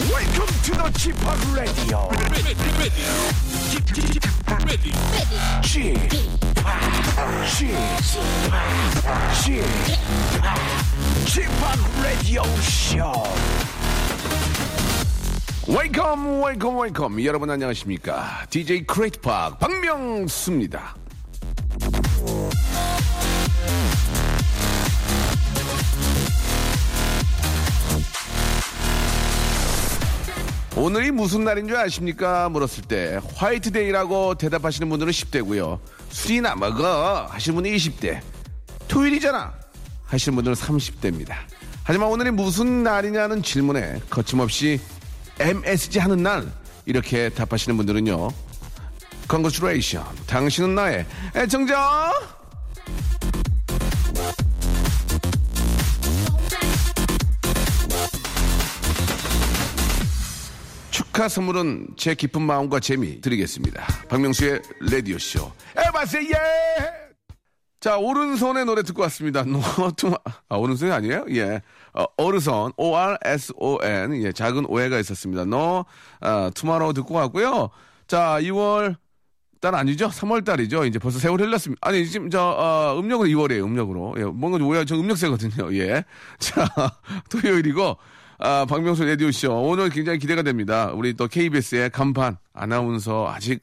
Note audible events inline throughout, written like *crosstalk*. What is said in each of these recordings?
to the Chip Radio. Chip Chip Radio Show. 웨이컴 웨이컴 웨이컴 여러분 안녕하십니까 DJ 크레이트팍 박명수입니다 오늘이 무슨 날인 줄 아십니까? 물었을 때 화이트데이라고 대답하시는 분들은 10대고요. 술이나 먹어 하시는 분이 20대. 토요일이잖아 하시는 분들은 30대입니다. 하지만 오늘이 무슨 날이냐는 질문에 거침없이 MSG 하는 날 이렇게 답하시는 분들은요. Congratulations. 당신은 나의 애청자. 축하 선물은 제 깊은 마음과 재미 드리겠습니다. 박명수의 라디오쇼. 에바세예! 자, 오른손의 노래 듣고 왔습니다. 노트마, 아, 오른손이 아니에요? 예. 어, 오른손, O-R-S-O-N. 예, 작은 오해가 있었습니다. 노, 아, 투마로우 듣고 왔고요. 자, 2월 달 아니죠? 3월 달이죠? 이제 벌써 세월 흘렀습니다. 아니, 지금 저, 어, 음력은 2월이에요, 음력으로. 예, 뭔가 좀 오해가, 저 음력세거든요. *laughs* 예. 자, 토요일이고, 아, 박명수 라디오쇼. 오늘 굉장히 기대가 됩니다. 우리 또 KBS의 간판, 아나운서, 아직,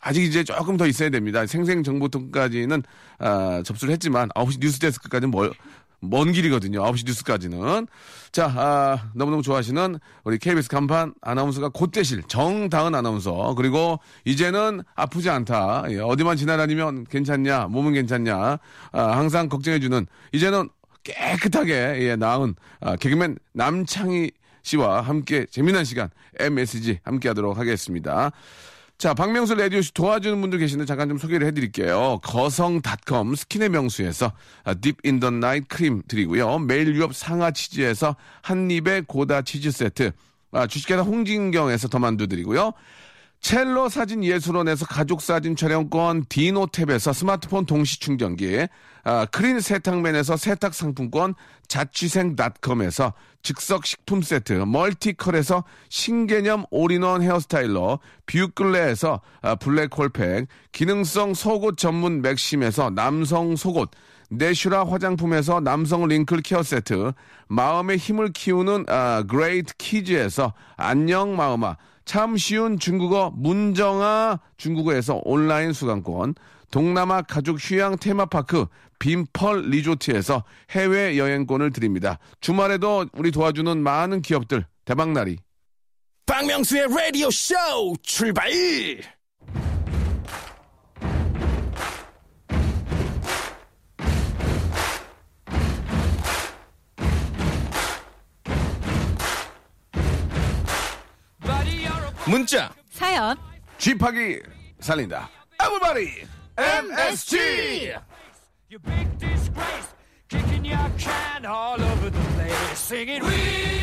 아직 이제 조금 더 있어야 됩니다. 생생정보통까지는, 아, 접수를 했지만, 9시 뉴스데스크까지는 뭐, 멀, 먼 길이거든요. 9시 뉴스까지는. 자, 아, 너무너무 좋아하시는 우리 KBS 간판 아나운서가 곧 되실 정다은 아나운서. 그리고 이제는 아프지 않다. 예, 어디만 지나다니면 괜찮냐, 몸은 괜찮냐. 아, 항상 걱정해주는 이제는 깨끗하게 예, 나은 아, 개그맨 남창희 씨와 함께 재미난 시간 MSG 함께 하도록 하겠습니다. 자, 박명수 라디오 씨 도와주는 분들 계시는데 잠깐 좀 소개를 해드릴게요. 거성닷컴 스킨의 명수에서 딥 인 더 나이트 크림 드리고요. 매일 유업 상하 치즈에서 한입의 고다 치즈 세트. 아, 주식회사 홍진경에서 더만두 드리고요. 첼로 사진 예술원에서 가족 사진 촬영권, 디노탭에서 스마트폰 동시 충전기, 아, 크린 세탁맨에서 세탁 상품권, 자취생닷컴에서 즉석 식품 세트, 멀티컬에서 신개념 올인원 헤어스타일러, 뷰클레에서 아, 블랙홀팩, 기능성 속옷 전문 맥심에서 남성 속옷, 내슈라 화장품에서 남성 링클 케어 세트, 마음의 힘을 키우는 아, 그레이트 키즈에서 안녕 마음아, 참 쉬운 중국어 문정아 중국어에서 온라인 수강권, 동남아 가족 휴양 테마파크 빈펄 리조트에서 해외 여행권을 드립니다. 주말에도 우리 도와주는 많은 기업들 대박나리 박명수의 라디오 쇼 출발! 문자 사연 쥐파기 살린다. 에브바리 MSG You big disgrace, kicking your can all over the place, singing we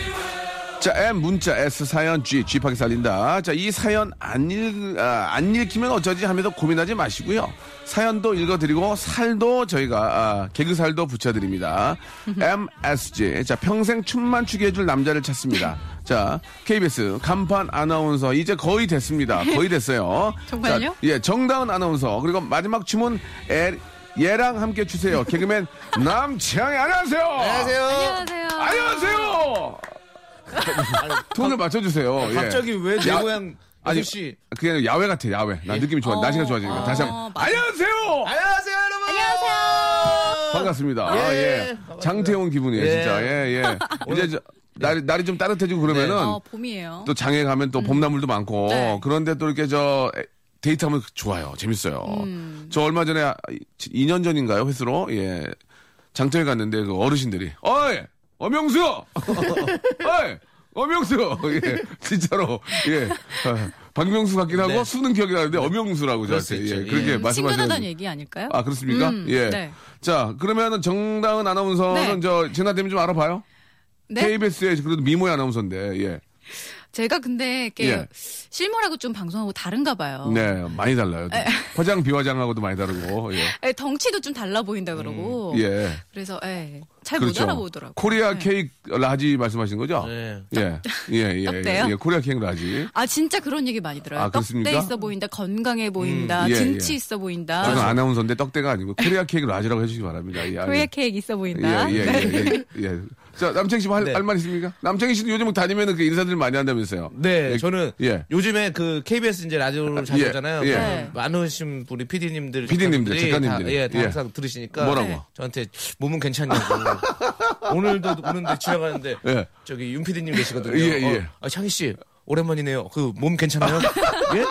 자, M 문자 S 사연 G G파기 살린다. 자, 이 사연 안 읽, 아, 안 읽히면 어쩌지 하면서 고민하지 마시고요. 사연도 읽어드리고 살도 저희가 아, 개그 살도 *laughs* 붙여드립니다. MSG 자 평생 춤만 추게 해줄 남자를 찾습니다. 자 KBS 간판 아나운서 이제 거의 됐습니다. 거의 됐어요. *laughs* 정말요? 자, 예, 정다은 아나운서 그리고 마지막 춤은 에, 얘랑 함께 추세요. 개그맨 남창희 안녕하세요. 어, 안녕하세요. 안녕하세요. 톤을 맞춰주세요. 예. 갑자기 왜 내 야- 모양 아니 아저씨 그냥 야외 같아 야외. 나 느낌이 좋아. 어, 날씨가 좋아지니까 다시 한번. 어, 맞아. 안녕하세요. 안녕하세요 여러분 안녕하세요. 반갑습니다. 예, 아, 예. 반갑습니다. 장태용 기분이에요 예. 진짜. 예 예. 이제 저, 날이 날이 좀 따뜻해지고 그러면은 어, 봄이에요. 또 장에 가면 또 봄나물도 많고 음. 네. 그런데 또 이렇게 저 에, 데이트하면 좋아요. 재밌어요. 음. 저 얼마 전에 아, 2년 전인가요 횟수로 예 장터에 갔는데 그 어르신들이 어이 어명수 *laughs* 어이 어명수 *laughs* 예 진짜로 예 아, 박명수 같긴 하고 네. 수능 기억이 나는데 어명수라고 그럴 수 저한테 있죠. 예, 예. 그렇게 말씀하시는 음, 친근하다는 얘기 아닐까요? 아 그렇습니까? 음, 예. 네. 자 그러면은 정다은 아나운서는 네. 저 제나 되면 좀 알아봐요. 네? KBS의 그래도 미모의 아나운서인데 예. 제가 근데 이렇게 예. 실물하고 좀 방송하고 다른가 봐요. 네, 많이 달라요. 화장 비화장하고도 많이 다르고. 예. 예, 덩치도 좀 달라 보인다 그러고. 예. 그렇죠. 그래서 예, 잘 어. 못 알아보더라고요. 네. 코리아 케이크 라지 말씀하신 거죠? 네. 예. 예, 예, 예. 떡대요? 예, 코리아 케이크 라지. 아 진짜 그런 얘기 많이 들어요. 아, 그렇습니까? 떡대 있어 보인다, 건강해 보인다, 예, 예. 등치 있어 보인다, 저는 아나운서인데 떡대가 아니고 코리아 케이크 라지라고 해주시기 바랍니다. 예, 코리아 아니- 케이크 있어 보인다. 예, 네. 예, 예, 예, 예. 자, 남창희 씨 할, 네. 할말 있습니까? 남창희 씨도 요즘 다니면 그 인사들 많이 한다면서요? 네, 예, 저는 예. 요즘에 그 KBS 이제 라디오를 자주 예, 오잖아요. 뭐 예. 네. 많으신 우리 PD님들, PD님들, 다, 작가님들이. 예, 다 예. 항상 들으시니까 뭐라고? 네. 저한테 몸은 괜찮냐고. *laughs* 오늘도 오는데 지나가는데 예. 저기 윤 PD님 계시거든요. 예, 예. 어, 아, 창희 씨 오랜만이네요. 그 *laughs* 몸 괜찮아요? 예?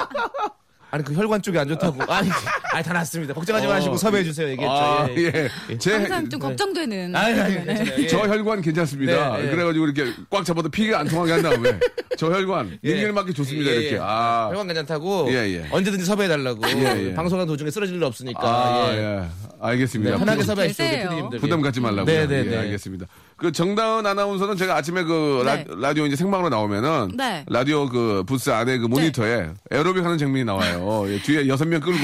아니 그 혈관 쪽이 안 좋다고. 아니, 아니 다 낫습니다. 걱정하지 마시고 섭외해 주세요. 얘기했죠. 어. 아, 예, 예. 예. 제, 항상 좀 걱정되는. 네. 아니, 아니, 괜찮아요. 예. 저 혈관 괜찮습니다. 네, 예. 그래가지고 이렇게 꽉 잡아도 피가 안 통하게 한 다음에 저 혈관 예. 링겔 맞기 좋습니다. 예, 예. 이렇게. 아. 혈관 괜찮다고 예, 예. 언제든지 섭외해달라고 예, 예. 방송한 도중에 쓰러질 일 없으니까 아, 예. 네, 예. 알겠습니다. 편하게 부담- 섭외해 주세요 되세요. 피디님들 부담 갖지 말라고. 네, 네, 예, 네. 알겠습니다. 그 정다은 아나운서는 제가 아침에 그 네. 라, 디오 이제 생방으로 나오면은 네. 라디오 그 부스 안에 그 모니터에 에어로빅 하는 장면이 *laughs* 나와요. 예, 뒤에 여섯 명 끌고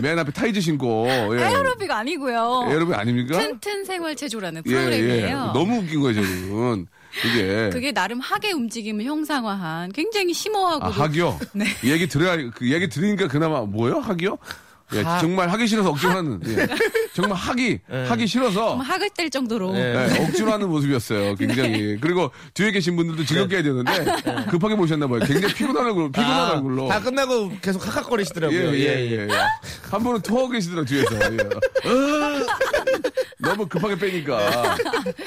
맨 앞에 타이즈 신고 예. 에어로빅 아니고요. 에어로빅 아닙니까? 튼튼 생활체조라는 예, 예. 프로그램이에요. 너무 웃긴 거예요, 저는. 이게. 그게 나름 하계 움직임을 형상화한 굉장히 아, 심오하고 도 학이요? *laughs* 네. 얘기 들어야, 그 얘기 들으니까 그나마 뭐요? 학이요? 예, 학. 정말 하기 싫어서 억지로 하는, 예. *laughs* 정말 하기, 네. 하기 싫어서. 뭐 학을 뗄 정도로 예, 억지로 하는 모습이었어요, 굉장히. 네. 그리고 뒤에 계신 분들도 즐겁게 해야 되는데, 급하게 모셨나봐요. 굉장히 피곤한 아, 얼굴, 피곤한 얼굴로. 다 끝나고 계속 예, 칵칵거리시더라고요 예, 예. 예. 한 분은 토하고 계시더라고, 뒤에서. 예. 으, 너무 급하게 빼니까.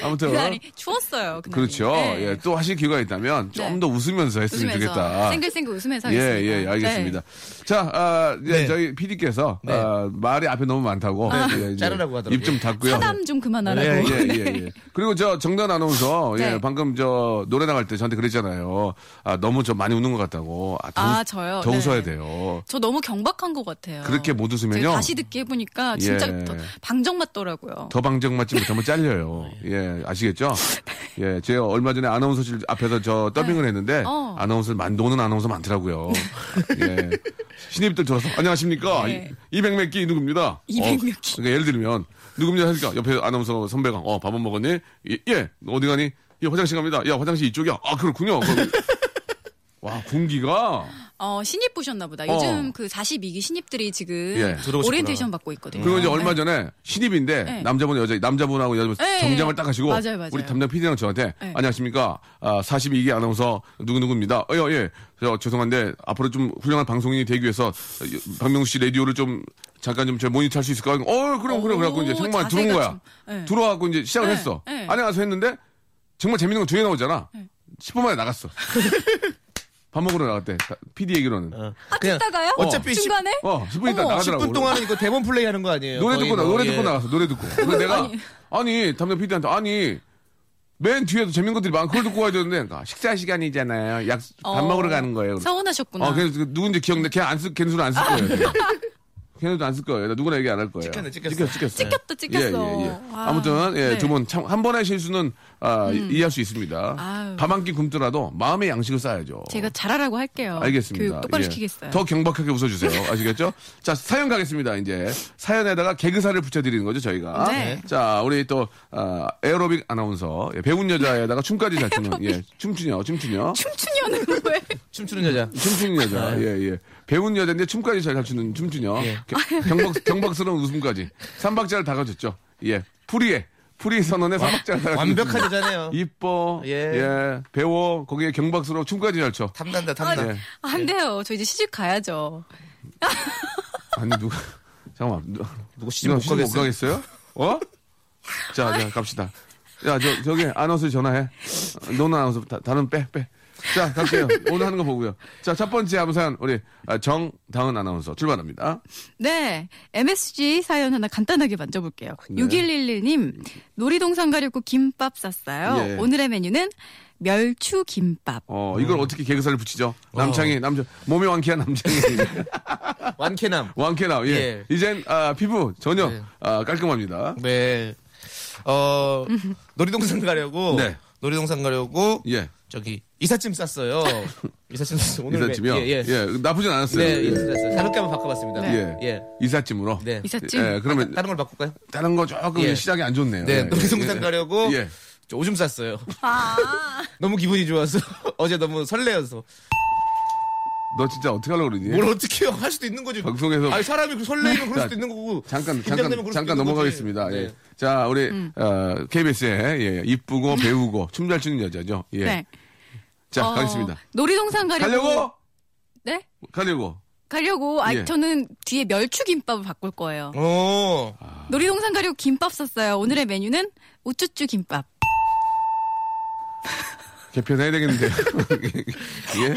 아무튼. 그날이 추웠어요. 그날이. 그렇죠. 네. 예, 또 하실 기회가 있다면 좀 네. 더 웃으면서 했으면 웃으면서 좋겠다. 생글생글 웃으면서 예, 하겠습니다. 예, 알겠습니다. 네. 자, 아, 이제 네. 저희 PD께서 아, 네. 말이 앞에 너무 많다고 예, 이제 자르라고 하더라고요. 입좀 닫고요. 차담 좀 그만하라고. 예, 예, 예, 예. 그리고 저 정단 아나운서 예, 네. 방금 저 노래 나갈 때 저한테 그랬잖아요. 아, 너무 저 많이 웃는 것 같다고. 아, 더, 아, 웃- 저요? 더 네. 웃어야 돼요. *laughs* 저 너무 경박한 것 같아요. 그렇게 못 웃으면요? 제가 다시 듣기 해보니까 진짜 예. 더 방정 맞더라고요. 아, 더 방정 맞지 못하면 잘려요. *laughs* 예, 아시겠죠? 예, 제가 얼마 전에 아나운서실 앞에서 저 더빙을 했는데 어. 아나운서 만도는 아나운서 많더라고요. 예. 신입들 들어서 안녕하십니까? 네. 이2 0몇끼 누굽니다. 이백 몇 끼. 어, 그러니까 예를 들면 누굽니다 하니까 옆에 아나운서 선배가 어, 밥은 먹었니? 예, 예. 어디 가니? 예, 화장실 갑니다. 야, 화장실 이쪽이야. 아, 그렇군요. 그럼- *laughs* 와, 공기가 어, 신입 보셨나 보다. 요즘 어. 그 42기 신입들이 지금 예, 들어오셨구나. 오리엔테이션 받고 있거든요. 그리고 이제 얼마 전에 신입인데 네. 남자분 여자 남자분하고 여자분 네, 정장을 네. 딱 하시고 맞아요, 맞아요. 우리 담당 PD랑 저한테 네. 안녕하십니까 아, 42기 아나운서 누구 누구입니다. 어, 예, 예. 저 죄송한데 앞으로 좀 훌륭한 방송인이 되기 위해서 박명수 씨 라디오를 좀 잠깐 좀저 모니터 할 수 있을까? 어, 그럼 그럼 그래갖고 이제 오, 정말 자세가 들어온 거야. 좀, 네. 들어와갖고 이제 시작을 네, 했어. 네. 안녕하세요 했는데 정말 재밌는 거 두 개 나오잖아. 10분 만에 나갔어. *laughs* 밥 먹으러 나갔대. PD 얘기로는. 아, 어, 그냥 듣다가요? 어차피 십- 중간에? 어, 10분 있다 어머, 나가더라고. 10분 동안은 이거 대본 플레이 하는 거 아니에요 노래 거의 듣고 나 뭐, 노래 예. 듣고 나갔어 노래 *laughs* 듣고 그래서 내가 아니 담당 PD한테 아니 맨 뒤에도 재밌는 것들이 많고 그걸 듣고 가야 되는데 그러니까 식사 시간이잖아요 약 밥 어, 먹으러 가는 거예요 그래서. 서운하셨구나. 어 그래서 그 누군지 기억나 걔안쓸 걔는 술안 쓸 거예요 *laughs* 내가. 걔네도 안 쓸 거예요 나 누구나 얘기 안 할 거예요 찍혔네, 찍혔어. 찍혔어 찍혔어 찍혔다, 찍혔어. 예, 예, 예. 와. 아무튼 예, 네. 음. 두분한 번의 실수는 아, 이해할 수 있습니다 아유. 밥 한 끼 굶더라도 마음의 양식을 쌓아야죠 제가 잘하라고 할게요. 알겠습니다. 어, 교육 똑바로 예. 시키겠어요. 네. 더 경박하게 웃어주세요. *laughs* 아시겠죠? 자, 사연 가겠습니다. 이제 사연에다가 개그사를 붙여드리는 거죠, 저희가. 네. 자, 우리 또 아, 에어로빅 아나운서 예, 배운 여자에다가 춤까지 잘 추는 예, 춤추녀, 춤추녀, 춤추냐는 거예요. 춤추는 여자 춤추는 여자. 네. 예, 예. 배운 여자인데 춤까지 잘 추는 춤추녀. 예. 겨- 경박, 경박스러운 웃음까지. 삼박자를 다 가졌죠. 예, 풀이에. 풀이 선언에 삼박자를 다 가졌죠. 완벽한 여자네요 이뻐, 예. 예. 배워, 거기에 경박스러워 춤까지 잘 춰. 탐난다 탐나 예. 아, 안 돼요. 저 이제 시집 가야죠. 아니, 누가, *laughs* 잠깐만. 누- 누구 시집 지금 못 못 가겠어요 가겠어요? 어? 자, 자, 갑시다. 야, 저, 저기, 아나운서 전화해. 노는 아나운서, 다, 다른 빼, 빼. 자, 갈게요. 오늘 하는 거 보고요. 자, 첫 번째 암산, 우리 아, 정다은 아나운서 출발합니다. 네. MSG 사연 하나 간단하게 만져볼게요. 네. 6111님, 놀이동산 가려고 김밥 샀어요. 예. 오늘의 메뉴는 멸추 김밥. 어, 이걸 음. 어떻게 개그사를 붙이죠? 남창희, 남자, 몸이 완쾌한 남창희. *laughs* 완쾌남 완쾌나, 예. 예. 이젠, 아, 피부 전혀 네. 아, 깔끔합니다. 네 어, 놀이동산 가려고 네. 놀이동산 가려고 예. 저기 *laughs* 이삿짐 쌌어요. 이삿짐 쌌어 오늘 이삿짐이요? 왜- 예, 예. 나쁘진 않았어요. 네, 예. 이삿짐 쌌어요. 다른 가만 바꿔봤습니다. 예. 예. 이삿짐으로. 네. 이삿짐? 예, 그러면 다른 걸 바꿀까요? 다른 거 조금 예. 시작이 안 좋네요. 네, 예, 놀이동산 예, 예. 가려고 예. 저 오줌 쌌어요. *laughs* 아, 너무 기분이 좋아서 *laughs* 어제 너무 설레어서 너 진짜 어떻게 하려고 그러니? 뭘 어떻게 요할 수도 있는 거지. 예. 방송에서- 아니 사람이 설레면 그럴 자, 수도 있는 거고 잠깐 긴장되면 잠깐 그럴 수도 잠깐 있는 거지. 넘어가겠습니다. 예. 네. 자 우리 음. 어, KBS의 예, 이쁘고 배우고 춤 잘 추는 여자죠. *laughs* 예. 네. 자 어, 가겠습니다. 놀이동산 가려고. 가려고 네? 가려고. 가려고. 아, 예. 저는 뒤에 멸치김밥을 바꿀 거예요. 어. 아, 놀이동산 가려고 김밥 샀어요. 오늘의 메뉴는 우쭈쭈 김밥. 개편해야 되겠는데요. *laughs* 예.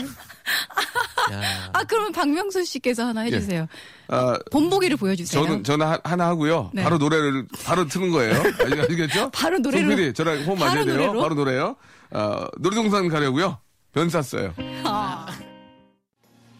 야. 아, 그러면 박명수 씨께서 하나 해주세요. 아 본보기를 보여주세요. 예. 저는 저는 하- 하나 하고요. 네. 바로 노래를 바로 트는 거예요. 아시- 아시겠죠? *laughs* 바로 노래로. 송 PD, 저랑 호흡 바로 맞아야 돼요. 노래로? 바로 노래요. 어, 놀이동산 가려고요. 변 쌌어요. 아.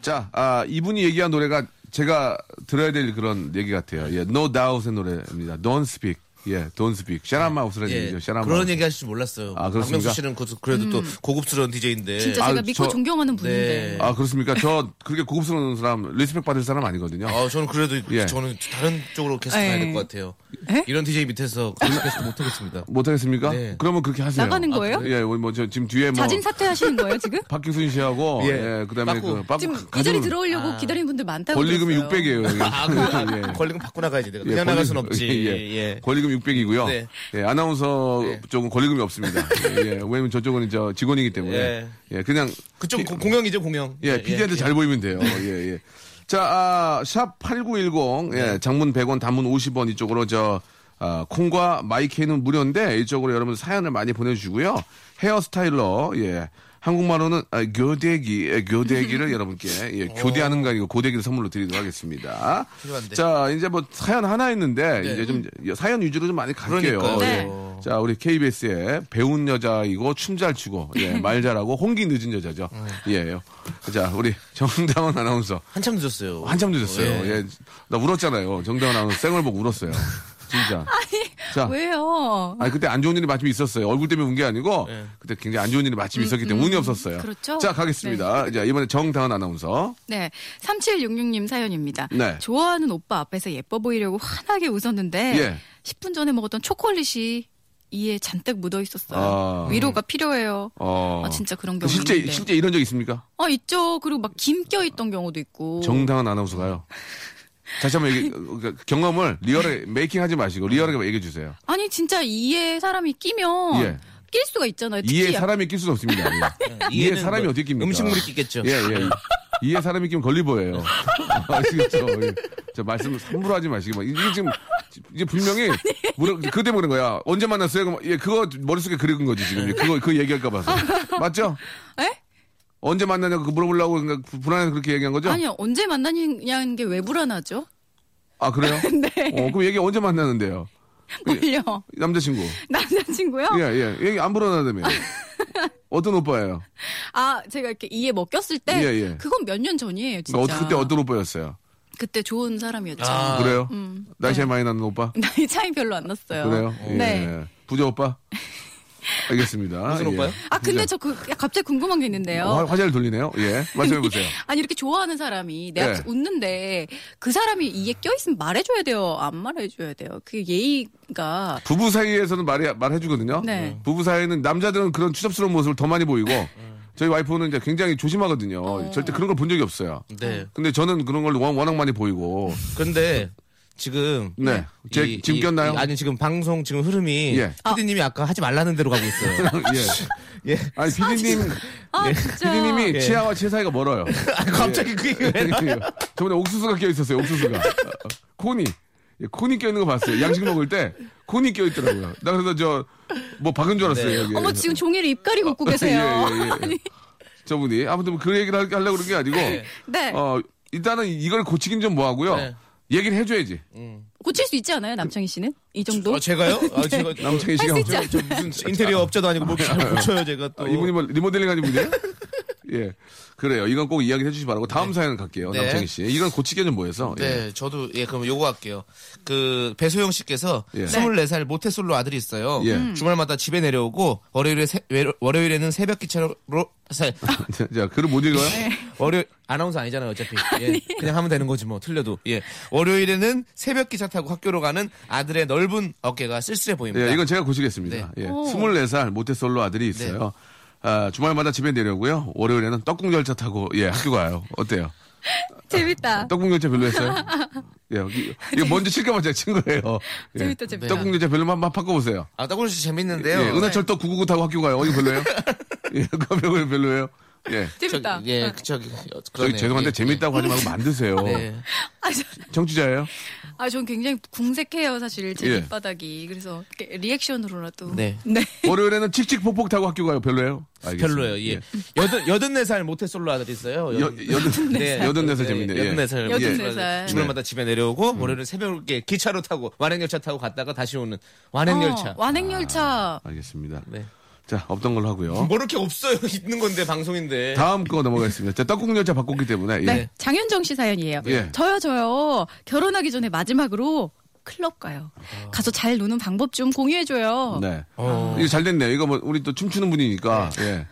자, 아, 이분이 얘기한 노래가 제가 들어야 될 그런 얘기 같아요. 예, No Doubt의 노래입니다. Don't Speak. 예, Don't Speak. Shut Up Mouth라는 예, 얘기죠. Shut Up 그런 Mouth. 얘기 하실 줄 몰랐어요. 아, 그렇습니까? 박명수 씨는 그- 그래도 또 고급스러운 DJ인데. 음. 진짜 아, 제가 믿고 저- 존경하는 분인데. 네. 아, 그렇습니까? 저 그렇게 고급스러운 사람, 리스펙 받을 사람 아니거든요. 아, 저는 그래도 예. 저는 다른 쪽으로 캐스트 예. 해야 될 것 같아요. 예? 이런 *laughs* DJ 밑에서 그런 캐스트 못하겠습니다. 못하겠습니까? 네. 그러면 그렇게 하세요. 나가는 거예요? 예, 뭐, 저 지금 뒤에 뭐. 자진 사퇴하시는 거예요, 지금? 박기순 씨하고. 예, 예. 그 다음에 빠꾸. 그, 빠꾸 지금 가- 이 자리 가수는 들어오려고 아. 기다리는 분들 많다고 권리금이 들었어요. 600이에요. 여기. *laughs* 아, 그, 예. 권리금 받고 나가야지 내가. 그냥 나갈 순 없지. 예, 예. 권리금 600이고요. 예, 네. 아나운서 네. 쪽은 권리금이 없습니다. 예, 예. 왜냐면 저쪽은 저 직원이기 때문에. 예. 예, 그냥 그쪽 고- 공영이죠, 공영. 예, PD한테 잘 보이면 돼요. 예, *laughs* 예. 자, 아, 샵8910, 네. 예, 장문 100원, 단문 50원 이쪽으로 저, 아, 콩과 마이케이는 무료인데 이쪽으로 여러분 사연을 많이 보내주시고요. 헤어스타일러, 예. 한국말로는 아, 교대기, 예, *laughs* 교대기를 여러분께 예, 교대하는 거 아니고 고데기를 선물로 드리도록 하겠습니다. 어. 필요한데. 자, 이제 뭐 사연 하나 있는데 네. 이제 좀 사연 위주로 좀 많이 갈게요. 그러니까요. 네. 예. 자, 우리 KBS의 배운 여자이고 춤 잘 추고 *laughs* 예, 말 잘하고 홍기 늦은 여자죠. 음. 예. 자, 우리 정다운 아나운서 한참 늦었어요. 한참 늦었어요. 예. 예. 나 울었잖아요. 정다운 아나운서 생얼 보고 울었어요. *laughs* 진짜. 자. 왜요? 아니 그때 안 좋은 일이 마침 있었어요. 얼굴 때문에 운 게 아니고 예. 그때 굉장히 안 좋은 일이 마침 있었기 때문에 운이 없었어요. 음, 그렇죠. 자, 가겠습니다. 자, 이번에 정다운 아나운서. 네. 3766님 사연입니다. 네. 좋아하는 오빠 앞에서 예뻐 보이려고 환하게 웃었는데 예. 10분 전에 먹었던 초콜릿이 이에 잔뜩 묻어 있었어요. 아. 위로가 필요해요. 어. 아, 진짜 그런 경우 실제 있는데. 실제 이런 적 있습니까? 아, 있죠. 그리고 막 김 껴있던 경우도 있고. 정당한 아나운서가요. 다시 한번 얘기, 그러니까 경험을 네. 리얼하게 메이킹하지 마시고 리얼하게 얘기해 주세요. 아니, 진짜 이에 사람이 끼면 예. 낄 수가 있잖아요. 특히 이에 약- 사람이 낄 수는 없습니다. *laughs* 예. 이에 이에는 사람이 뭐 어떻게 낍니까? 음식물이 끼겠죠. 예, 예. 이에 사람이 끼면 걸리버예요. *laughs* 아시겠죠? 예. 저 말씀 함부로 하지 마시고 막 이게 지금 이제 *laughs* 분명히 네. 물어, 그때 그런 거야. 언제 만났어요? 그럼 예, 그거 머릿속에 그리는 거지 지금. 그거 그 얘기할까 *laughs* 봐서. 맞죠? 네. 에? 언제 만나냐고 물어보려고 그러니까 불안해서 그렇게 얘기한 거죠? 아니요, 언제 만나냐는 게 왜 불안하죠? *laughs* 아, 그래요? 네. 어, 그럼 얘기 언제 만나는데요? 몰려. *laughs* 남자친구. 어. 남자친구요? 예, 예. 얘기 안 *laughs* 불어나다며. 어떤 오빠예요? 아, 제가 이렇게 이에 먹혔을 때, 예, 예. 그건 몇 년 전이에요, 진짜. 어, 그때 어떤 오빠였어요? 그때 좋은 사람이었죠. 아. 그래요? 음. 나이 차이 많이 나는 오빠? *laughs* 나이 차이 별로 안 났어요. 그래요? 예. 네. 부자 *laughs* 오빠? 알겠습니다. 무슨 예. 오빠요? 아, 근데 저 그 갑자기 궁금한 게 있는데요. 화, 화제를 돌리네요. 예. *laughs* 말씀해보세요. 아니 이렇게 좋아하는 사람이 내 앞에서 네. 웃는데 그 사람이 이에 껴있으면 말해줘야 돼요, 안 말해줘야 돼요. 그 예의가 부부 사이에서는 말해, 말해주거든요. 음. 네. 부부 사이에는 남자들은 그런 추잡스러운 모습을 더 많이 보이고 저희 와이프는 이제 굉장히 조심하거든요. 어. 절대 그런 걸 본 적이 없어요. 네. 근데 저는 그런 걸 워- 워낙 많이 보이고 *laughs* *laughs* 그런데 지금 네. 제- 지금 꼈나요? 이- 아니 지금 방송 지금 흐름이 예. 피디님이 아까 하지 말라는 대로 *laughs* 가고 있어요. 예. 예. *laughs* 아니 피디님 아 진짜 네. 피디님이 예. 치아와 치 사이가 *laughs* 멀어요. 아, 갑자기 그 얘기가 왜 예. *laughs* 저번에 옥수수가 껴 있었어요. 옥수수가 어, 코니 예, 코니 껴 있는 거 봤어요. 양식 먹을 때 코니 껴 있더라고요. 나 그래서 저 뭐 박은 줄 알았어요. 네. 여기. 어머 지금 종이를 입가리 굽고 계세요. 예, *laughs* 예, 예. 저분이 아무튼 그 얘기를 할- 하려고 그런 게 아니고 네, 어, 일단은 이걸 고치긴 좀 뭐하고요. 네. 얘기를 해줘야지. 고칠 수 있지 않아요, 남창희 씨는 이 정도? 어, 아, 제가요? 아, 제가 남창희 씨가 아, 할 수 있지 뭐 저 무슨 인테리어 업자도 아니고 뭘 잘 고쳐요 제가 *laughs* 또 어, 이분이 뭐 리모델링 하는 분이에요? 예. 그래요. 이건 꼭 이야기 해주시 기 바라고. 다음 사연 갈게요. 네. 남창희 씨. 이건 고치기는 뭐해서. 네, 저도 예 그럼 요거 할게요. 그 배소영 씨께서 예. 24살 모태솔로 아들이 있어요. 예. 음. 주말마다 집에 내려오고 월요일에 새- 외로- 월요일에는 새벽 기차로 살- *laughs* 자, 자, 글을 못 읽어요? 월요일 아나운서 아니잖아요, 어차피. 예. 그냥 하면 되는 거지 뭐 틀려도. 예 월요일에는 새벽 기차 타고 학교로 가는 아들의 넓은 어깨가 쓸쓸해 보입니다. 네. 예, 이건 제가 고치겠습니다. 예. 24살 모태솔로 아들이 있어요. 아, 주말마다 집에 내려오고요. 월요일에는 떡국 열차 타고 예, 학교 가요. 어때요? 재밌다. 떡국 열차 별로 했어요? 예, 여기- 이거 먼저 칠까봐 제가 친 거예요. 예. 재밌다, 재밌다. 떡국 열차 별로 한번 바꿔보세요. 아 따구리 씨 재밌는데요. 네. 예, 은하철 떡999 타고 학교 가요. 어디 별로예요? 예, 그거 별로예요? 예. 저기, 재밌다. 예, 저기 어, 저기 그러네요. 죄송한데 예, 재밌다고 하지 말고 만드세요. 예. 네. 아, 저, 정치자예요? 아, 전 굉장히 궁색해요, 사실. 제 예. 밑바닥이. 그래서 이렇게 리액션으로라도. 네. 월요일에는 칙칙폭폭 타고 학교 가요. 별로예요? 알겠습니다. 별로예요. 예. 여든 여든 네 살 모태솔로 아들 있어요. 여- 여든- *laughs* 여든 네살 재밌네요. 예. 여든 네 살. 여든 예. 네 살. 주말마다 집에 내려오고 월요일은 새벽에 기차로 타고 완행열차 타고 갔다가 다시 오는 완행열차. 어, 아, 완행열차. 알겠습니다. 네. 자, 없던 걸로 하고요. 뭐 이렇게 *laughs* 없어요. 있는 건데 방송인데. 다음 거 넘어가겠습니다. 자, 떡국 열차 바꿨기 때문에. 예. 네. 장윤정 씨 사연이에요. 예. 저요, 저요. 결혼하기 전에 마지막으로 클럽 가요. 가서 잘 노는 방법 좀 공유해줘요. 네. 이거 잘 됐네요. 이거 뭐 우리 또 춤추는 분이니까. 네. 예.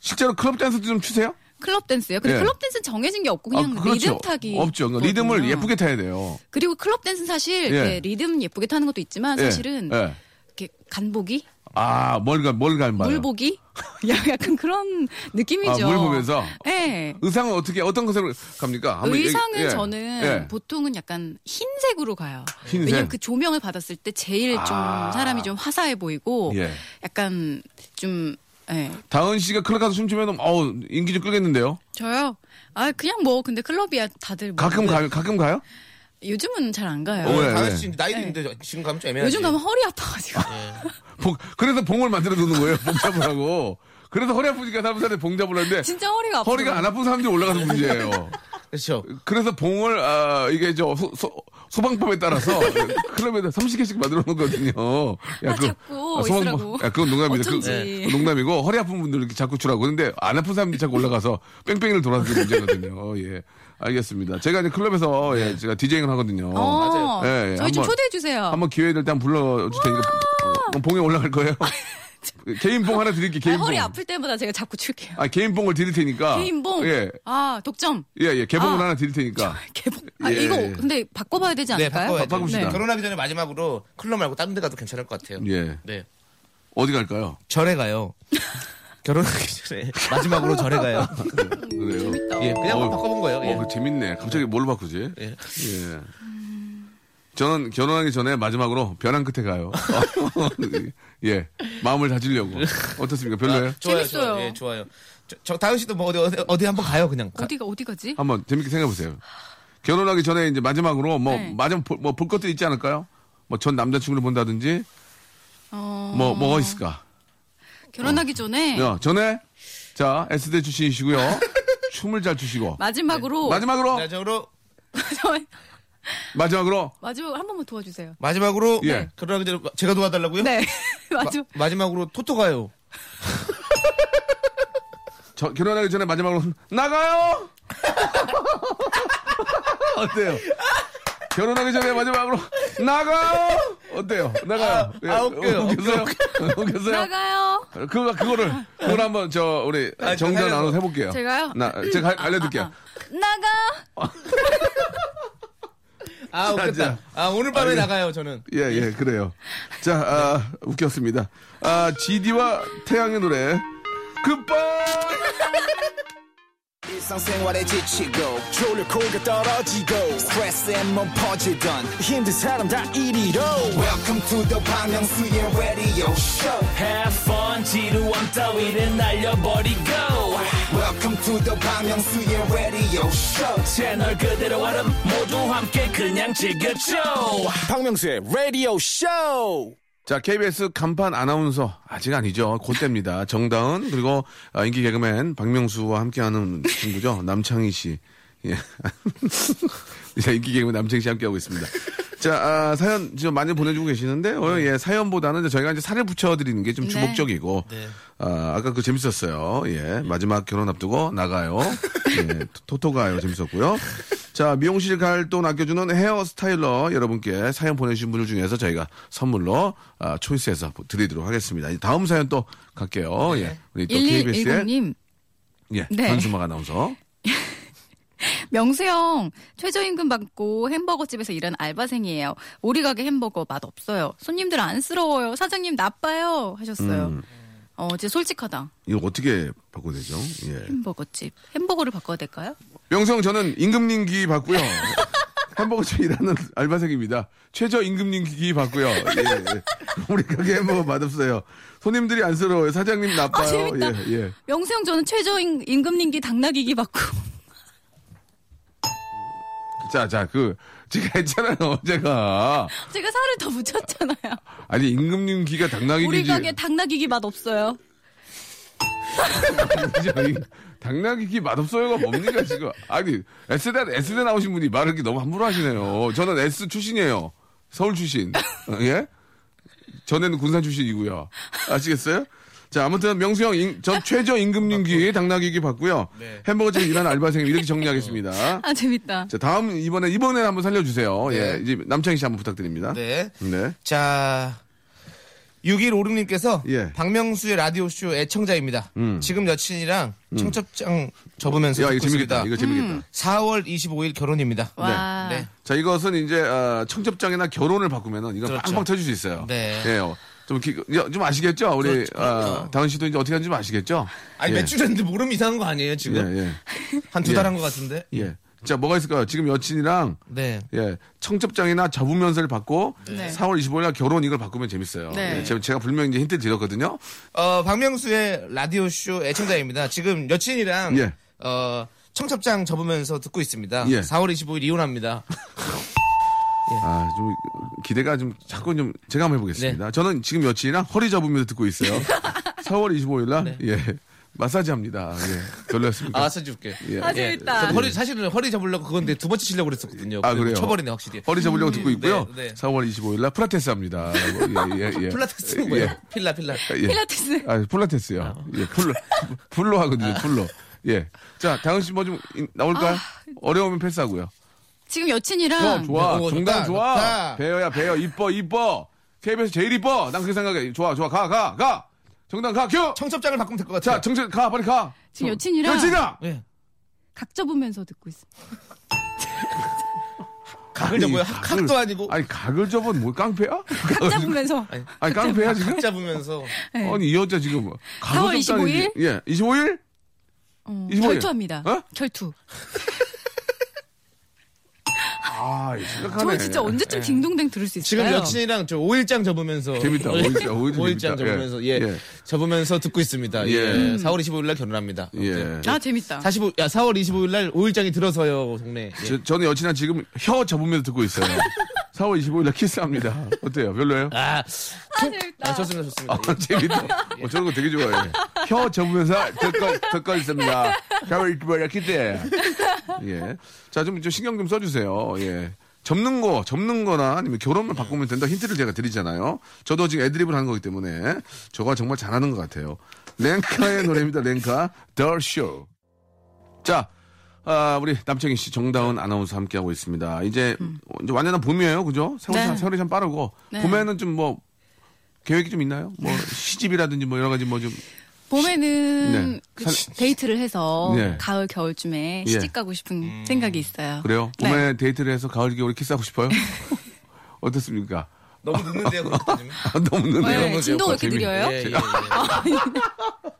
실제로 클럽 댄스도 좀 추세요? 클럽 댄스요? 근데 예. 클럽 댄스는 정해진 게 없고 그냥 아, 그렇죠. 리듬 타기. 없죠. 그러니까 리듬을 예쁘게 타야 돼요. 그리고 클럽 댄스는 사실 예. 이렇게 리듬 예쁘게 타는 것도 있지만 예. 사실은 예. 이렇게 간보기, 아, 뭘가 뭘가 말이야. 물보기 *laughs* 약간 그런 느낌이죠. 아, 물 보면서? 예. 의상은 어떻게 어떤 컨셉으로 갑니까? 한번 의상은 얘기- 예. 저는 예. 보통은 약간 흰색으로 가요. 흰색. 왜냐면 그 조명을 받았을 때 제일 좀 아. 사람이 좀 화사해 보이고 예. 약간 좀 예. 다은 씨가 클럽 가서 춤추면 어우 인기 좀 끌겠는데요. 저요. 아 그냥 뭐 근데 클럽이야 다들 뭐 가끔 근데 가요. 가끔 가요? 요즘은 잘 안 가요. 어, 네, 왜? 다은 씨 나이도 있는데 지금 가면 좀 애매하지. 요즘 가면 허리 아파가지고. 봉- 그래서 봉을 만들어 두는 거예요. 봉 잡으라고. 그래서 허리 아프니까 사람 사람이 봉 잡으려는데 *laughs* 진짜 허리가 *laughs* 아파. 허리가 안 아픈 사람들이 올라가서 문제예요. 그렇죠. 그래서 봉을 아, 이게 저 소, 방법에 따라서 *laughs* 클럽에다 30개씩 만들어 놓거든요. 야, 아, 그거- 자꾸 있으라고. 야, 그건 농담이죠. 그, 어쩐지. 그 농담이고 허리 아픈 분들 이렇게 자꾸 주라고. 근데 안 아픈 사람들이 자꾸 올라가서 뺑뺑이를 돌아서 그게 문제거든요. 어, 예. 알겠습니다. 제가 이제 클럽에서 예, 제가 디제잉을 하거든요. 네. 어, 맞아요. 예, 예, 저희 좀 한번- 초대해 주세요. 한번 기회 될 때 한번 불러 줄 테니까 어, 봉에 올라갈 *laughs* 거예요. 개인 봉 하나 드릴게요. 개인 봉. 허리 아플 때마다 제가 자꾸 출게요. 아, 개인 봉을 드릴 테니까. 개인봉. 예. 아 *laughs* 독점. 예, 예. 개봉을 아. 하나 드릴 테니까. *laughs* 개봉. 아, 예. 이거 근데 바꿔봐야 되지 네, 않을까요? 바꿔야죠. 바꿉시다. 네. 결혼하기 전에 마지막으로 클럽 말고 다른 데 가도 괜찮을 것 같아요. 예. 네. 어디 갈까요? 절에 가요. 결혼하기 전에 마지막으로 절에 가요. 그래요. 네. 예, 그냥 어, 한번 바꿔본 거예요. 예. 어, 그 재밌네. 갑자기 뭘 바꾸지? 예. 예. 저는 결혼하기 전에 마지막으로 벼랑 *laughs* 끝에 가요. *laughs* 예. 마음을 다지려고. 어떻습니까? 별로예요? 좋아요, 재밌어요. 좋아요. 예, 좋아요. 저, 저 다은 씨도 뭐 어디 어디, 어디 한번 가요 그냥. 가- 어디가 어디 가지? 한번 재밌게 생각해 보세요. 결혼하기 전에 이제 마지막으로 뭐 네. 마지막 볼- 뭐볼 것들 있지 않을까요? 뭐 전 남자친구를 본다든지 어, 뭐 음. 뭐가 있을까? 네. 결혼하기 전에 야, 전에 자 S대 *laughs* 출신이시고요. 춤을 잘 추시고 뭐. 마지막으로 *laughs* 마지막으로 마지막으로 마지막으로 마지막 으로한 번만 도와주세요. 마지막으로 예. 네. 결혼하기 전에 제가 도와달라고요? 네 마, 마지막 마지막으로 토토 가요. 저- 결혼하기 전에 마지막으로 나가요. *laughs* 어때요? 결혼하기 전에 마지막으로 나가요. 어때요? 나가요. 예, 아, 아, 웃겨요. 웃겼어요? *laughs* 웃겼어요? 나가요. 그거 그거를 그걸 한번 저 우리 아, 정전 제가요? 나눠서 해볼게요. 제가요? 아, 나 제가 알- 알려드릴게요. 나가. 아 자. 웃겼다. 아 오늘 밤에 나가요 저는. 예, 예, 그래요. 자, 아, 웃겼습니다. 아, GD와 태양의 노래. 굿바이! 일상생활에 지치고, 졸려 코가 떨어지고, 스트레스에 몸 퍼지던, 힘든 사람 다 이리로. welcome to the Bang Myung-soo's radio show Have fun 지루함 따위를 날려버리고 welcome to the Bang Myung-soo's radio show 채널 그대로 와름 모두 함께 그냥 즐겨줘 박명수의 radio show 자, KBS 간판 아나운서. 아직 아니죠. 곧 됩니다. 정다은, 그리고 아, 인기 개그맨 박명수와 함께하는 친구죠. 남창희 씨. 예. 자, 인기 개그맨 남창희 씨 함께하고 있습니다. 자, 아, 사연 지금 많이 보내주고 계시는데요. 예, 사연보다는 이제 저희가 이제 살을 붙여드리는 게 좀 네. 주목적이고. 아, 아까 그 재밌었어요. 예, 마지막 결혼 앞두고 *laughs* 나가요. 예, 토- 토토가요. 재밌었고요. 자, 미용실 갈 돈 아껴주는 헤어 스타일러 여러분께 사연 보내주신 분들 중에서 저희가 선물로 아, 초이스해서 드리도록 하겠습니다. 이제 다음 사연 또 갈게요. 네. 예, 우리 또 KBS의 1110님, 예, 네. 한수막 아나운서. 명세형, 최저임금 받고 햄버거집에서 일하는 알바생이에요. 오리 가게 햄버거 맛 없어요. 손님들 안쓰러워요. 사장님 나빠요. 하셨어요. 어, 진짜 솔직하다. 이거 어떻게 바꿔야 되죠? 예. 햄버거집. 햄버거를 바꿔야 될까요? 명성 저는 임금님기 받고요. *laughs* 햄버거집 일하는 알바생입니다. 최저 임금님기 받고요. 예, 예. 우리 가게 햄버거 맛없어요. 손님들이 안쓰러워요. 사장님 아, 나빠요. 재밌다. 예, 예. 명세형 저는 최저임금님기 당나귀기 받고. *laughs* 자, 자, 그 제가 *laughs* 했잖아요. 제가 제가 살을 더 붙였잖아요. 아니 임금님기가 우리 당나귀기지. 가게 당나귀기 맛 없어요. 당나귀기 맛없어요가 뭡니까 지금? 아니 S대 S대 나오신 분이 말을 이렇게 너무 함부로 하시네요. 저는 S 출신이에요. 서울 출신. 예? 전에는 군산 출신이고요. 아시겠어요? 자 아무튼 명수 형, 인- 전 최저 임금님기 당나귀기 받고요. 네. 햄버거집 일하는 알바생 이렇게 정리하겠습니다. 아, 재밌다. 자 다음 이번에 이번에 한번 살려주세요. 예, 네. 이제 남창희 씨 한번 부탁드립니다. 네. 네. 자. 6156님께서 예. 음. 박명수의 라디오쇼 애청자입니다. 지금 여친이랑 청첩장 접으면서 야 듣고 이거 재밌겠다. 있습니다. 이거 예. 재밌겠다. 4월 25일 결혼입니다. 아. 와. 네. 자, 이것은 이제 어, 청첩장이나 결혼을 바꾸면은 이건 그렇죠. 빵빵 터질 수 있어요. 네. 예, 어, 좀, 기- 야, 좀 아시겠죠? 우리 어, 다은 씨도 이제 어떻게 하는지 좀 아시겠죠? 아니 예. 몇 주 전인데 모름 이상한 거 아니에요 예, 지금? 예, 한 두 달 한 것 같은데. 예. 자, 뭐가 있을까요? 지금 여친이랑 네. 예, 청첩장이나 접으면서를 받고 네. 4월 25일 날 결혼 이걸 바꾸면 재밌어요. 네. 예, 제가, 제가 분명히 이제 힌트 드렸거든요. 어, 박명수의 라디오쇼 애청자입니다. 지금 여친이랑 예. 어, 청첩장 접으면서 듣고 있습니다. 예. 4월 25일 이혼합니다. 아, 좀 기대가 좀 자꾸 좀 제가 한번 해보겠습니다. 저는 지금 여친이랑 허리 접으면서 듣고 있어요. 4월 25일 날 예. 마사지 합니다. 예. 별로였습니까? 아, 써줄게. 예. 아, 재밌다. 저 허리 사실은 허리 잡으려고 그건데 두 번째 치려고 그랬었거든요. 아, 그래도 그래요? 쳐버리네 확실히. 허리 잡으려고 듣고 있고요. 네, 네. 4월 25일 날 필라테스 합니다. 라고. 예, 예, 예. 필라테스 뭐예요? 예, 필라 필라. 예. 필라테스. 아, 필라테스요. 예, 풀로 풀로 하거든요. 풀로. 예. 자, 다은 씨 뭐 좀 나올까요? 아. 어려우면 패스하고요. 지금 좋아, 여친이랑 좋아. 네. 오, 정답 좋다, 좋아. 좋다. 배어야 배어. 이뻐, 이뻐. KBS 제일 이뻐. 난 그렇게 생각해. 좋아, 좋아. 가, 가, 가. 정답 가. 큐. 청첩장을 바꾸면 될 것 같아요. 자, 정신 가. 빨리 가. 지금 여친이랑 여친아. 예. 각자 보면서 듣고 있어. 각을 접어요. 학- 학도 아니고 아니, 각을 접은 뭐 깡패야? 각자 보면서. *laughs* 아니, 어, 깡패야 지금? 각 *laughs* 잡으면서 네. 아니 이 여자 지금 뭐 가구 4월 접다는 25일? 게- 예, 25일? 어, 25일. 결투합니다. 어? 결투. 아, 생각하네. 예. 저 진짜 언제쯤 딩동댕 들을 수 지금 있을까요? 여친이랑 저 5일장 접으면서 재밌다. 5일장, *laughs* 5일장 오일장 재밌다. 접으면서 예. 예. 예. 접으면서 듣고 있습니다. 예. 예. 음. 4월 25일 날 결혼합니다. 예. 아 재밌다. 45, 야, 4월 25일 날 5일장이 들어서요, 동네. 예. 저, 저는 여친한 지금 혀 접으면서 *laughs* 듣고 있어요. 4월 25일 날 키스합니다. 어때요? 별로예요? 아, 아 재밌다. 아, 좋습니다, 좋습니다. 아, *laughs* 재밌다. 어, 저런 거 되게 좋아해. *laughs* 혀 접으면서 듣고, 듣고 있습니다. 4월 25일 날 키스. 예. 자, 좀, 좀 신경 좀 써주세요. 예. 접는 거, 접는 거나 아니면 결혼을 바꾸면 된다 힌트를 제가 드리잖아요. 저도 지금 애드립을 하는 거기 때문에 저가 정말 잘하는 것 같아요. 랭카의 노래입니다. 랭카. The Show. 자, 아, 우리 남창희 씨, 정다운 아나운서 함께하고 있습니다. 이제, 어, 이제 완전한 봄이에요. 그죠? 세월이, 네. 참, 세월이 참 빠르고. 네. 봄에는 좀 뭐, 계획이 좀 있나요? *laughs* 뭐, 시집이라든지 뭐 여러 가지 뭐 좀. 봄에는 네. 그 살- 시- 데이트를 해서 네. 가을 겨울쯤에 예. 시집 가고 싶은 음. 생각이 있어요. 그래요? 네. 봄에 데이트를 해서 가을 겨울에 키스하고 *laughs* 싶어요? 어떻습니까? 너무 늦는데요, 그렇게 따지면. 아, 너무 늦네요. 왜? 진도 왜 이렇게 재밌- 느려요? 예, 예, 예.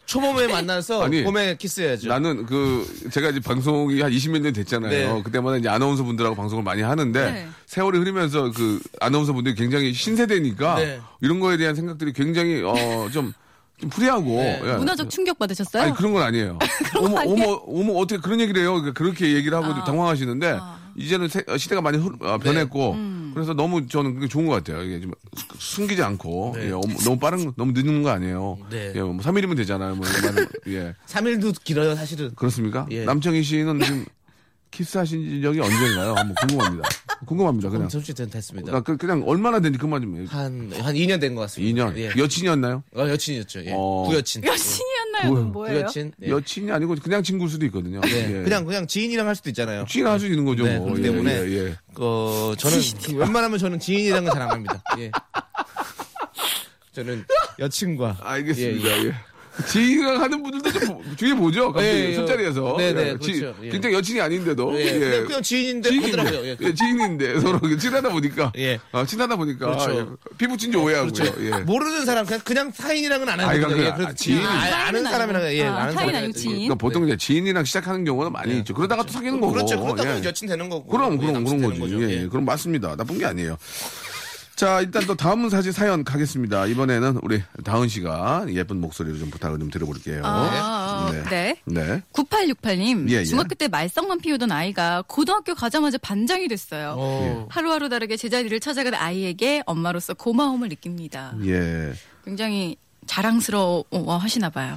초봄에 만나서 아니, 봄에 키스해야죠. 나는 그 제가 이제 방송이 한 20몇 년 됐잖아요. 네. 그때마다 이제 아나운서 분들하고 방송을 많이 하는데 네. 세월이 흐르면서 그 아나운서 분들이 굉장히 신세대니까 네. 이런 거에 대한 생각들이 굉장히 어좀 좀 프리하고 네. 예. 문화적 충격 받으셨어요? 아니 그런 건 아니에요. *laughs* 어머 어머 어머 어떻게 그런 얘기를 해요? 그러니까 그렇게 얘기를 하고 좀 당황하시는데 이제는 세- 어, 시대가 많이 흐- 어, 변했고 그래서 너무 저는 그게 좋은 것 같아요. 이게 좀 숨기지 않고 예, 어머, 너무 빠른 거- 너무 늦는 거 아니에요. 네. 예, 뭐 3일이면 되잖아요. 뭐 이런 말은. 예. 3일도 길어요, 사실은. 그렇습니까? 예. *laughs* 남청희 씨는 지금 키스하신 적이 언제인가요? 한번 궁금합니다. 궁금합니다. 그냥. 솔직히 전 됐습니다. 나 그, 그냥 얼마나 된지 그만 좀. 해요. 한, 한 2년 된 것 같습니다. 2년. 예. 여친이었나요? 어, 여친이었죠. 예. 어. 구여친. 여친이었나요? 뭐예요? 그건 뭐예요? 구여친. 예. 여친이 아니고 그냥 친구일 수도 있거든요. 네. 예. 그냥, 그냥 지인이랑 할 수도 있잖아요. 친할 수 있는 거죠. 네, 뭐. 그렇기 예, 때문에 예, 예. 어, 저는 웬만하면 저는 지인이란 건 잘 안 합니다. 예. 저는 여친과 알겠습니다. 예, 예. 예. 지인이랑 하는 분들도 좀 주위에 보죠. 갑자기 예, 예. 술자리에서. 네, 네, 예, 지- 그렇죠. 예. 굉장히 여친이 아닌데도. 예. 예. 그냥, 그냥 지인인데 하더라고요. 예. 지인인데, 예, 지인인데 서로 친하다 보니까 예. 아, 친하다 보니까 그렇죠. 예. 피부친지 오해하고요. 그렇죠. 예. 모르는 사람 그냥 그냥 타인이랑은 안 아, 하는 이건 거예요. 그- 아, 지인 지인이- 아는 사람이랑 예, 아, 아는 타인 사람. 아니고 지인. 그러니까 보통 이제 지인이랑 시작하는 경우는 많이 있죠. 그러다가 또 사귀는 거고. 네. 그렇죠. 그렇다고 예. 여친 되는 거고. 그럼 예, 그럼 남친 그런 되는 거지. 거죠. 예, 예. 예. 그럼 맞습니다. 나쁜 게 아니에요. 자 일단 또 다음 사실 사연 가겠습니다. 이번에는 우리 다은 씨가 예쁜 목소리로 좀 부탁을 좀 드려볼게요. 아, 아, 네. 네. 9868님, 예, 예. 중학교 때 말썽만 피우던 아이가 고등학교 가자마자 반장이 됐어요. 예. 하루하루 다르게 제자리를 찾아간 아이에게 엄마로서 고마움을 느낍니다. 예. 굉장히 자랑스러워 하시나 봐요.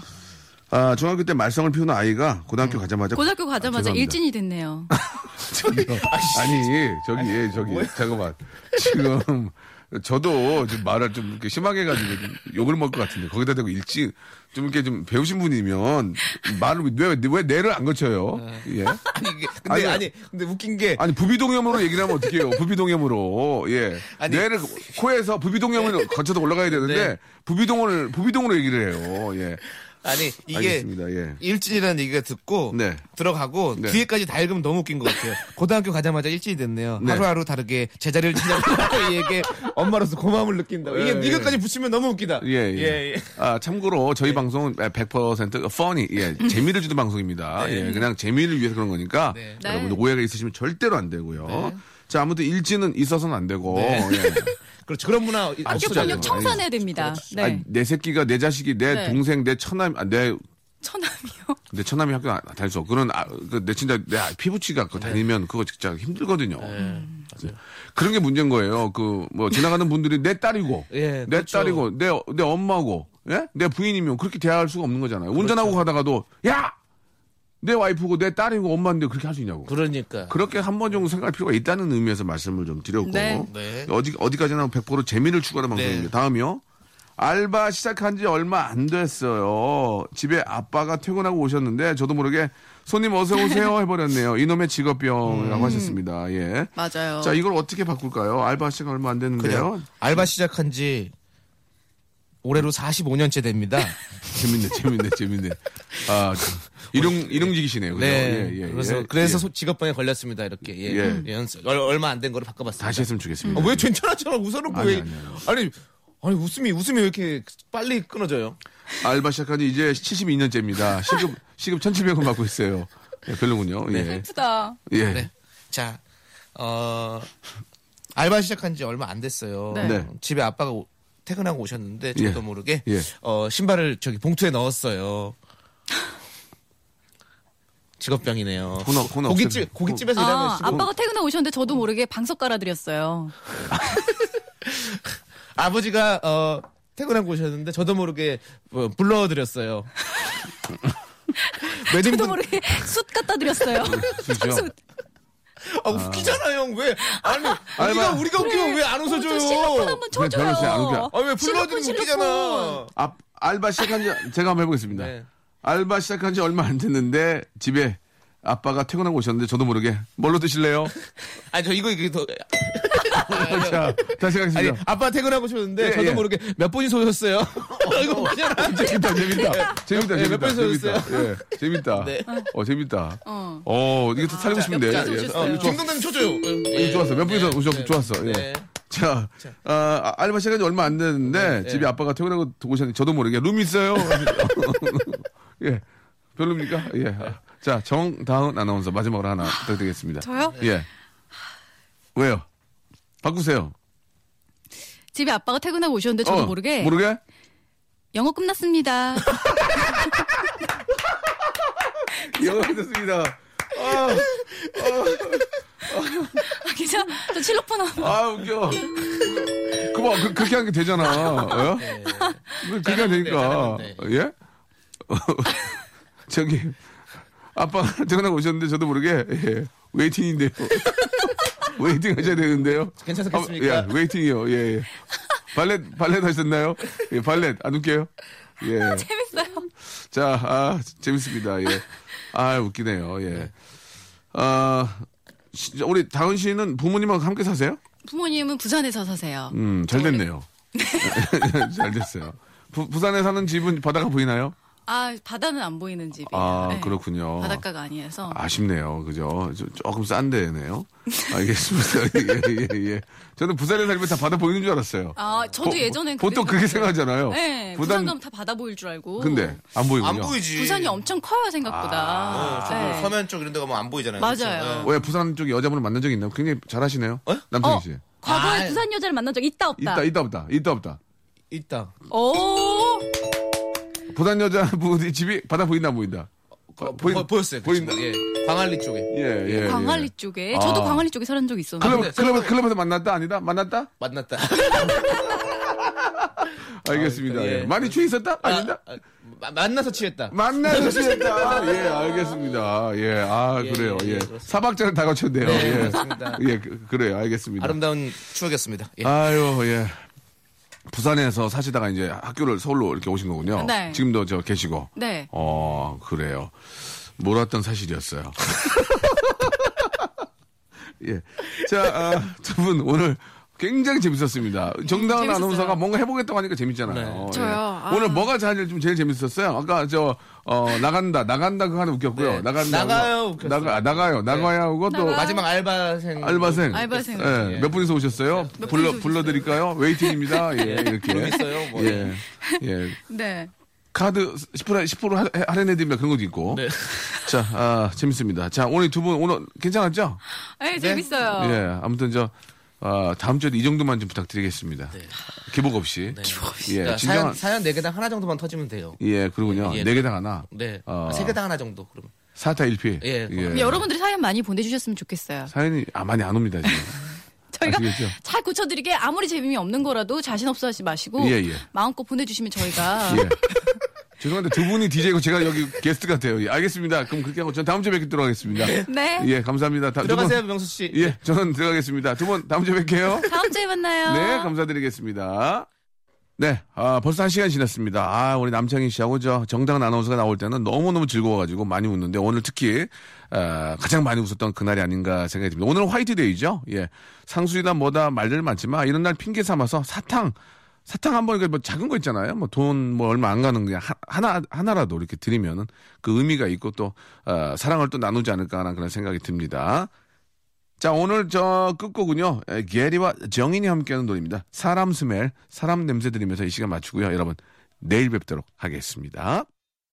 아, 중학교 때 말썽을 피우는 아이가 고등학교 가자마자 음. 아, 고등학교 가자마자 네, 죄송합니다. 일진이 됐네요. 아니, 저기 저기 잠깐만. 지금 저도 지금 말을 좀 이렇게 심하게 해 가지고 욕을 먹을 것 같은데 거기다 대고 일찍 좀 이렇게 좀 배우신 분이면 말을 왜, 왜 뇌를 안 거쳐요? 예. 아니, 이게- 근데 아니야. 아니 근데 웃긴 게 아니 부비동염으로 얘기를 하면 어떡해요? 부비동염으로 예 아니. 뇌를 코에서 부비동염을 거쳐서 올라가야 되는데 네. 부비동을 부비동으로 얘기를 해요. 예 아니 이게 알겠습니다. 예 일진이라는 얘기가 듣고 네. 들어가고 네. 뒤에까지 다 읽으면 너무 웃긴 것 같아요. 고등학교 가자마자 일진이 됐네요. 네. 하루하루 다르게 제자리를 찾아가는 *laughs* 아이에게 엄마로서 고마움을 느낀다. 이게 예, 이것까지 붙이면 너무 웃기다. 예, 예. 아, 참고로 저희 방송은 100% funny, 예, 재미를 주는 방송입니다. 예, 그냥 재미를 위해서 그런 거니까 네. 여러분들 오해가 있으시면 절대로 안 되고요. 자, 아무튼 일지는 있어서는 안 되고. 예. 그렇죠. 그런 문화 학교 없어져야 아니, 학교폭력 돼요. 청산해야 됩니다. 네. 예. 아니, 내 새끼가 내 자식이 내 네. 동생 내 처남 아, 내 처남이요. *laughs* 내 처남이 학교 안 다닐 수 없고 그런 아, 그, 내 진짜 내 피부치가 네. 그거 다니면 그거 진짜 힘들거든요. 음. 그런 게 문제인 거예요. 그 뭐 지나가는 분들이 내 딸이고 *laughs* 예, 내 그렇죠. 딸이고 내 내 엄마고 예? 내 부인이면 그렇게 대할 수가 없는 거잖아요. 그렇죠. 운전하고 가다가도 야! 내 와이프고 내 딸이고 엄마인데 그렇게 할 수 있냐고. 그러니까. 그렇게 한 번 정도 생각할 필요가 있다는 의미에서 말씀을 좀 드렸고 네. 네. 어디 어디까지나 100% 재미를 추구하는 네. 방송입니다. 다음이요. 알바 시작한 지 얼마 안 됐어요. 집에 아빠가 퇴근하고 오셨는데 저도 모르게 손님 어서 오세요 *laughs* 해버렸네요. 이놈의 직업병이라고 하셨습니다. 예. 음. 맞아요. 자 이걸 어떻게 바꿀까요? 알바 시작 얼마 안 됐는데요. 그냥 알바 시작한 지 올해로 45년째 됩니다. 재밌네, 재밌네, 재밌네. 아 참. *laughs* 일용 일용직이시네요. 그죠? 네. 예, 예, 예. 그래서 그래서 예. 소- 직업병에 걸렸습니다. 이렇게. 예. 예. 예, 연습- 얼- 얼마 안 된 거로 바꿔봤습니다. 다시 했으면 좋겠습니다. 아, 왜 괜찮았잖아. 웃어놓고 아니, 왜. 아니, 아니, 아니, 웃음이, 웃음이 왜 이렇게 빨리 끊어져요? 알바 시작한 지 이제 72년째입니다. 시급, 시급 1,700원 받고 있어요. 예, 별로군요. 네, 예. 슬프다. 예. 네. 자, 어, 알바 시작한 지 얼마 안 됐어요. 네. 네. 집에 아빠가 오- 퇴근하고 오셨는데 저도 예. 모르게 예. 어, 신발을 저기 봉투에 넣었어요. 직업병이네요. 코너- 코너 없애주세요. 고깃집, 고깃집에서 일하는 아, 시간. 아빠가 퇴근하고 오셨는데 저도 모르게 방석 깔아드렸어요. 아버지가 어, 퇴근하고 오셨는데 저도 모르게 어, *laughs* 불러드렸어요. 매듭 저도 모르게 *laughs* 숯 갖다 드렸어요. 네, 뭐. 진짜? *laughs* 숯. 아, 웃기잖아, 형. 왜? 아니, 우리가, 우리가 웃기면 왜 안 어, 저 실로폰 웃어줘요? 한번 그래, 쳐줘요. 네, 별로 진짜 안 웃겨. 아, 왜 불러드리면 실로폰, 웃기잖아. 앞, 알바 시작한 지, 제가 한번 해보겠습니다. 네. 알바 시작한 지 얼마 안 됐는데, 집에 아빠가 퇴근하고 오셨는데, 저도 모르게, 뭘로 드실래요? *laughs* 아니, 저 이거, 이게 더. 자, 다시 아니, 가겠습니다. 아빠 퇴근하고 오셨는데 예, 어, 저도 예. 모르게 몇 분이서 *laughs* 오셨어요? 이거 웃기잖아. 재밌다, 재밌다. 네. 재밌다, 예, 몇 재밌다. 번 재밌다. 예, 재밌다. 네. 어, 재밌다. 어. 어, 이게 또 살고 싶은데. 옆자리 예, 오셨어요. 어, 이거 좋아. 김동남 쳐줘요. 예, 좋았어. 몇 분이서 오셨, 좋았어. 예. 네. 자, 아, 알바 시간이 얼마 안 됐는데 집에 아빠가 퇴근하고 오셨는데 저도 모르게 룸 있어요. 예, 별로입니까? 예. 아, 자, 정다은 아나운서 마지막으로 하나 부탁드리겠습니다. 저요? 예. 왜요? 바꾸세요. 어, 집에 아빠가 퇴근하고 오셨는데 저도 모르게 모르게? 영어 끝났습니다. *laughs* 아, 영어 됐습니다. 그래서 저 실로폰 한번 *laughs* 아, 웃겨. 그만, 그, 그렇게 하는 게 되잖아. 예? 그렇게 하면 되니까. 예? *laughs* 저기, 아빠가 퇴근하고 오셨는데 저도 모르게, 예, *laughs* 웨이팅인데요. 웨이팅 하셔야 되는데요. 괜찮겠습니까? 아, 예, 웨이팅이요. 예, 예. 발렛, 발렛 하셨나요? 예, 발렛. 안 웃겨요? 예. 재밌어요. 자, 아, 재밌습니다. 예. 아, 웃기네요. 예. 아, 시- 우리 다은 씨는 부모님하고 함께 사세요? 부모님은 부산에서 사세요. 음, 잘 됐네요. *laughs* 잘 됐어요. 부, 부산에 사는 집은 바다가 보이나요? 아 바다는 안 보이는 집이에요. 아, 네. 그렇군요. 바닷가가 아니어서 아쉽네요. 그죠? 저- 조금 싼데네요. 알겠습니다. *laughs* 예, 예, 예. 저는 부산에 살면 다 바다 보이는 줄 알았어요. 아, 저도 예전엔 보통 그렇게 그랬거든요. 생각하잖아요. 네, 부산 가면 다 바다 보일 줄 알고. 근데 안 보이군요. 안 보이지. 부산이 엄청 커요 생각보다. 아, 그 네. 서면 쪽 이런 데 가면 안 보이잖아요. 맞아요. 왜 부산 쪽에 여자분을 만난 적이 있나요? 굉장히 잘하시네요. 남편이 어. 씨. 과거에 부산 여자를 만난 적 있다 없다. 있다, 있다 없다. 있다 없다. 예. 있다. 오, 부산 여자분이 집이 바다 보인다 안 보인다. 어, 보인- 보, 보였어요. 그 보인다. 친구. 예. 광안리 쪽에 예, 예. 광안리 쪽에. 저도 광안리 쪽에 살은 적 있었는데. 클럽, 근데 클럽, 클럽에서 만났다? 아니다? 만났다? 만났다. *laughs* 알겠습니다. 아, 예. 예. 많이 취해 있었다? 아니다? 아, 마- 만나서 취했다. 만나서 취했다. 예, 알겠습니다. 예, 아, 예, 그래요. 예, 예, 예. 그렇습니다. 사박자를 다 거쳤네요. 네, 예. 그렇습니다. 예, 그, 그래요. 알겠습니다. 아름다운 추억이었습니다. 예. 아유, 예. 부산에서 사시다가 이제 학교를 서울로 이렇게 오신 거군요. 네. 지금도 저 계시고. 네. 어, 그래요. 몰랐던 사실이었어요. *laughs* 예. 자, 아, 두 분 오늘 굉장히 재밌었습니다. 정다은 재밌었어요. 아나운서가 뭔가 해보겠다고 하니까 네. 재밌잖아요. 예. 저요? 아. 오늘 뭐가 제일 좀 제일 재밌었어요? 아까 저, 어, 나간다, 나간다 그거 하나 웃겼고요. 네. 나간다. 그거. 나가요 웃겼어요. 나가, 나가요. 나가야 하고 또 나가요. 마지막 알바생. 알바생. 알바생. 예, 몇 분이서 오셨어요? 불러, 불러드릴까요? 웨이팅입니다. 예, 이렇게. 모르겠어요. 뭐. 예. 예. 네. 카드 10% 10% 할- 할인해드립니다. 그런 것도 있고. 네. 자, 아, 재밌습니다. 자, 오늘 두 분 오늘 괜찮았죠? 에 아, 재밌어요. 네. 예. 아무튼 저 아, 다음 주에도 이 정도만 좀 부탁드리겠습니다. 네. 기복 없이. *laughs* 기복 없이. 예, 그러니까 진정한. 사연 사연 네 개당 하나 정도만 터지면 돼요. 예, 그러군요. 예. 네 개당 하나. 네. 어. 세 개당 하나 정도. 그럼. 사타 일피 예, 근데 여러분들이 사연 많이 보내주셨으면 좋겠어요. 사연이 아, 많이 안 옵니다, 지금. 저희가 아시겠죠? 잘 고쳐드리게 아무리 재미 없는 거라도 자신 없어 하지 마시고 예, 예. 마음껏 보내주시면 저희가 *laughs* 예. 죄송한데 두 분이 DJ고 제가 여기 게스트 같아요. 예, 알겠습니다. 그럼 그렇게 하고 전 다음 주에 뵙도록 하겠습니다. 네. 예, 감사합니다. 다- 두 분- 들어가세요, 명수 씨. 예, 저는 들어가겠습니다. 두 분 다음 주에 뵐게요. 다음 주에 만나요. 네, 감사드리겠습니다. 네, 아, 벌써 한 시간 지났습니다. 아, 우리 남창희 씨하고 저 정당 아나운서가 나올 때는 너무너무 즐거워가지고 많이 웃는데 오늘 특히, 아, 가장 많이 웃었던 그날이 아닌가 생각이 듭니다. 오늘은 화이트데이죠? 예. 상술이나 뭐다 말들 많지만 이런 날 핑계 삼아서 사탕, 사탕 한 번, 이렇게 뭐 작은 거 있잖아요. 뭐 돈 뭐 얼마 안 가는 그냥 하- 하나, 하나라도 이렇게 드리면은 그 의미가 있고 또, 아, 사랑을 또 나누지 않을까라는 그런 생각이 듭니다. 자, 오늘 저 끝곡은요. 에, 게리와 정인이 함께하는 노래입니다. 사람 스멜, 사람 냄새 들으면서 이 시간 마치고요. 여러분, 내일 뵙도록 하겠습니다.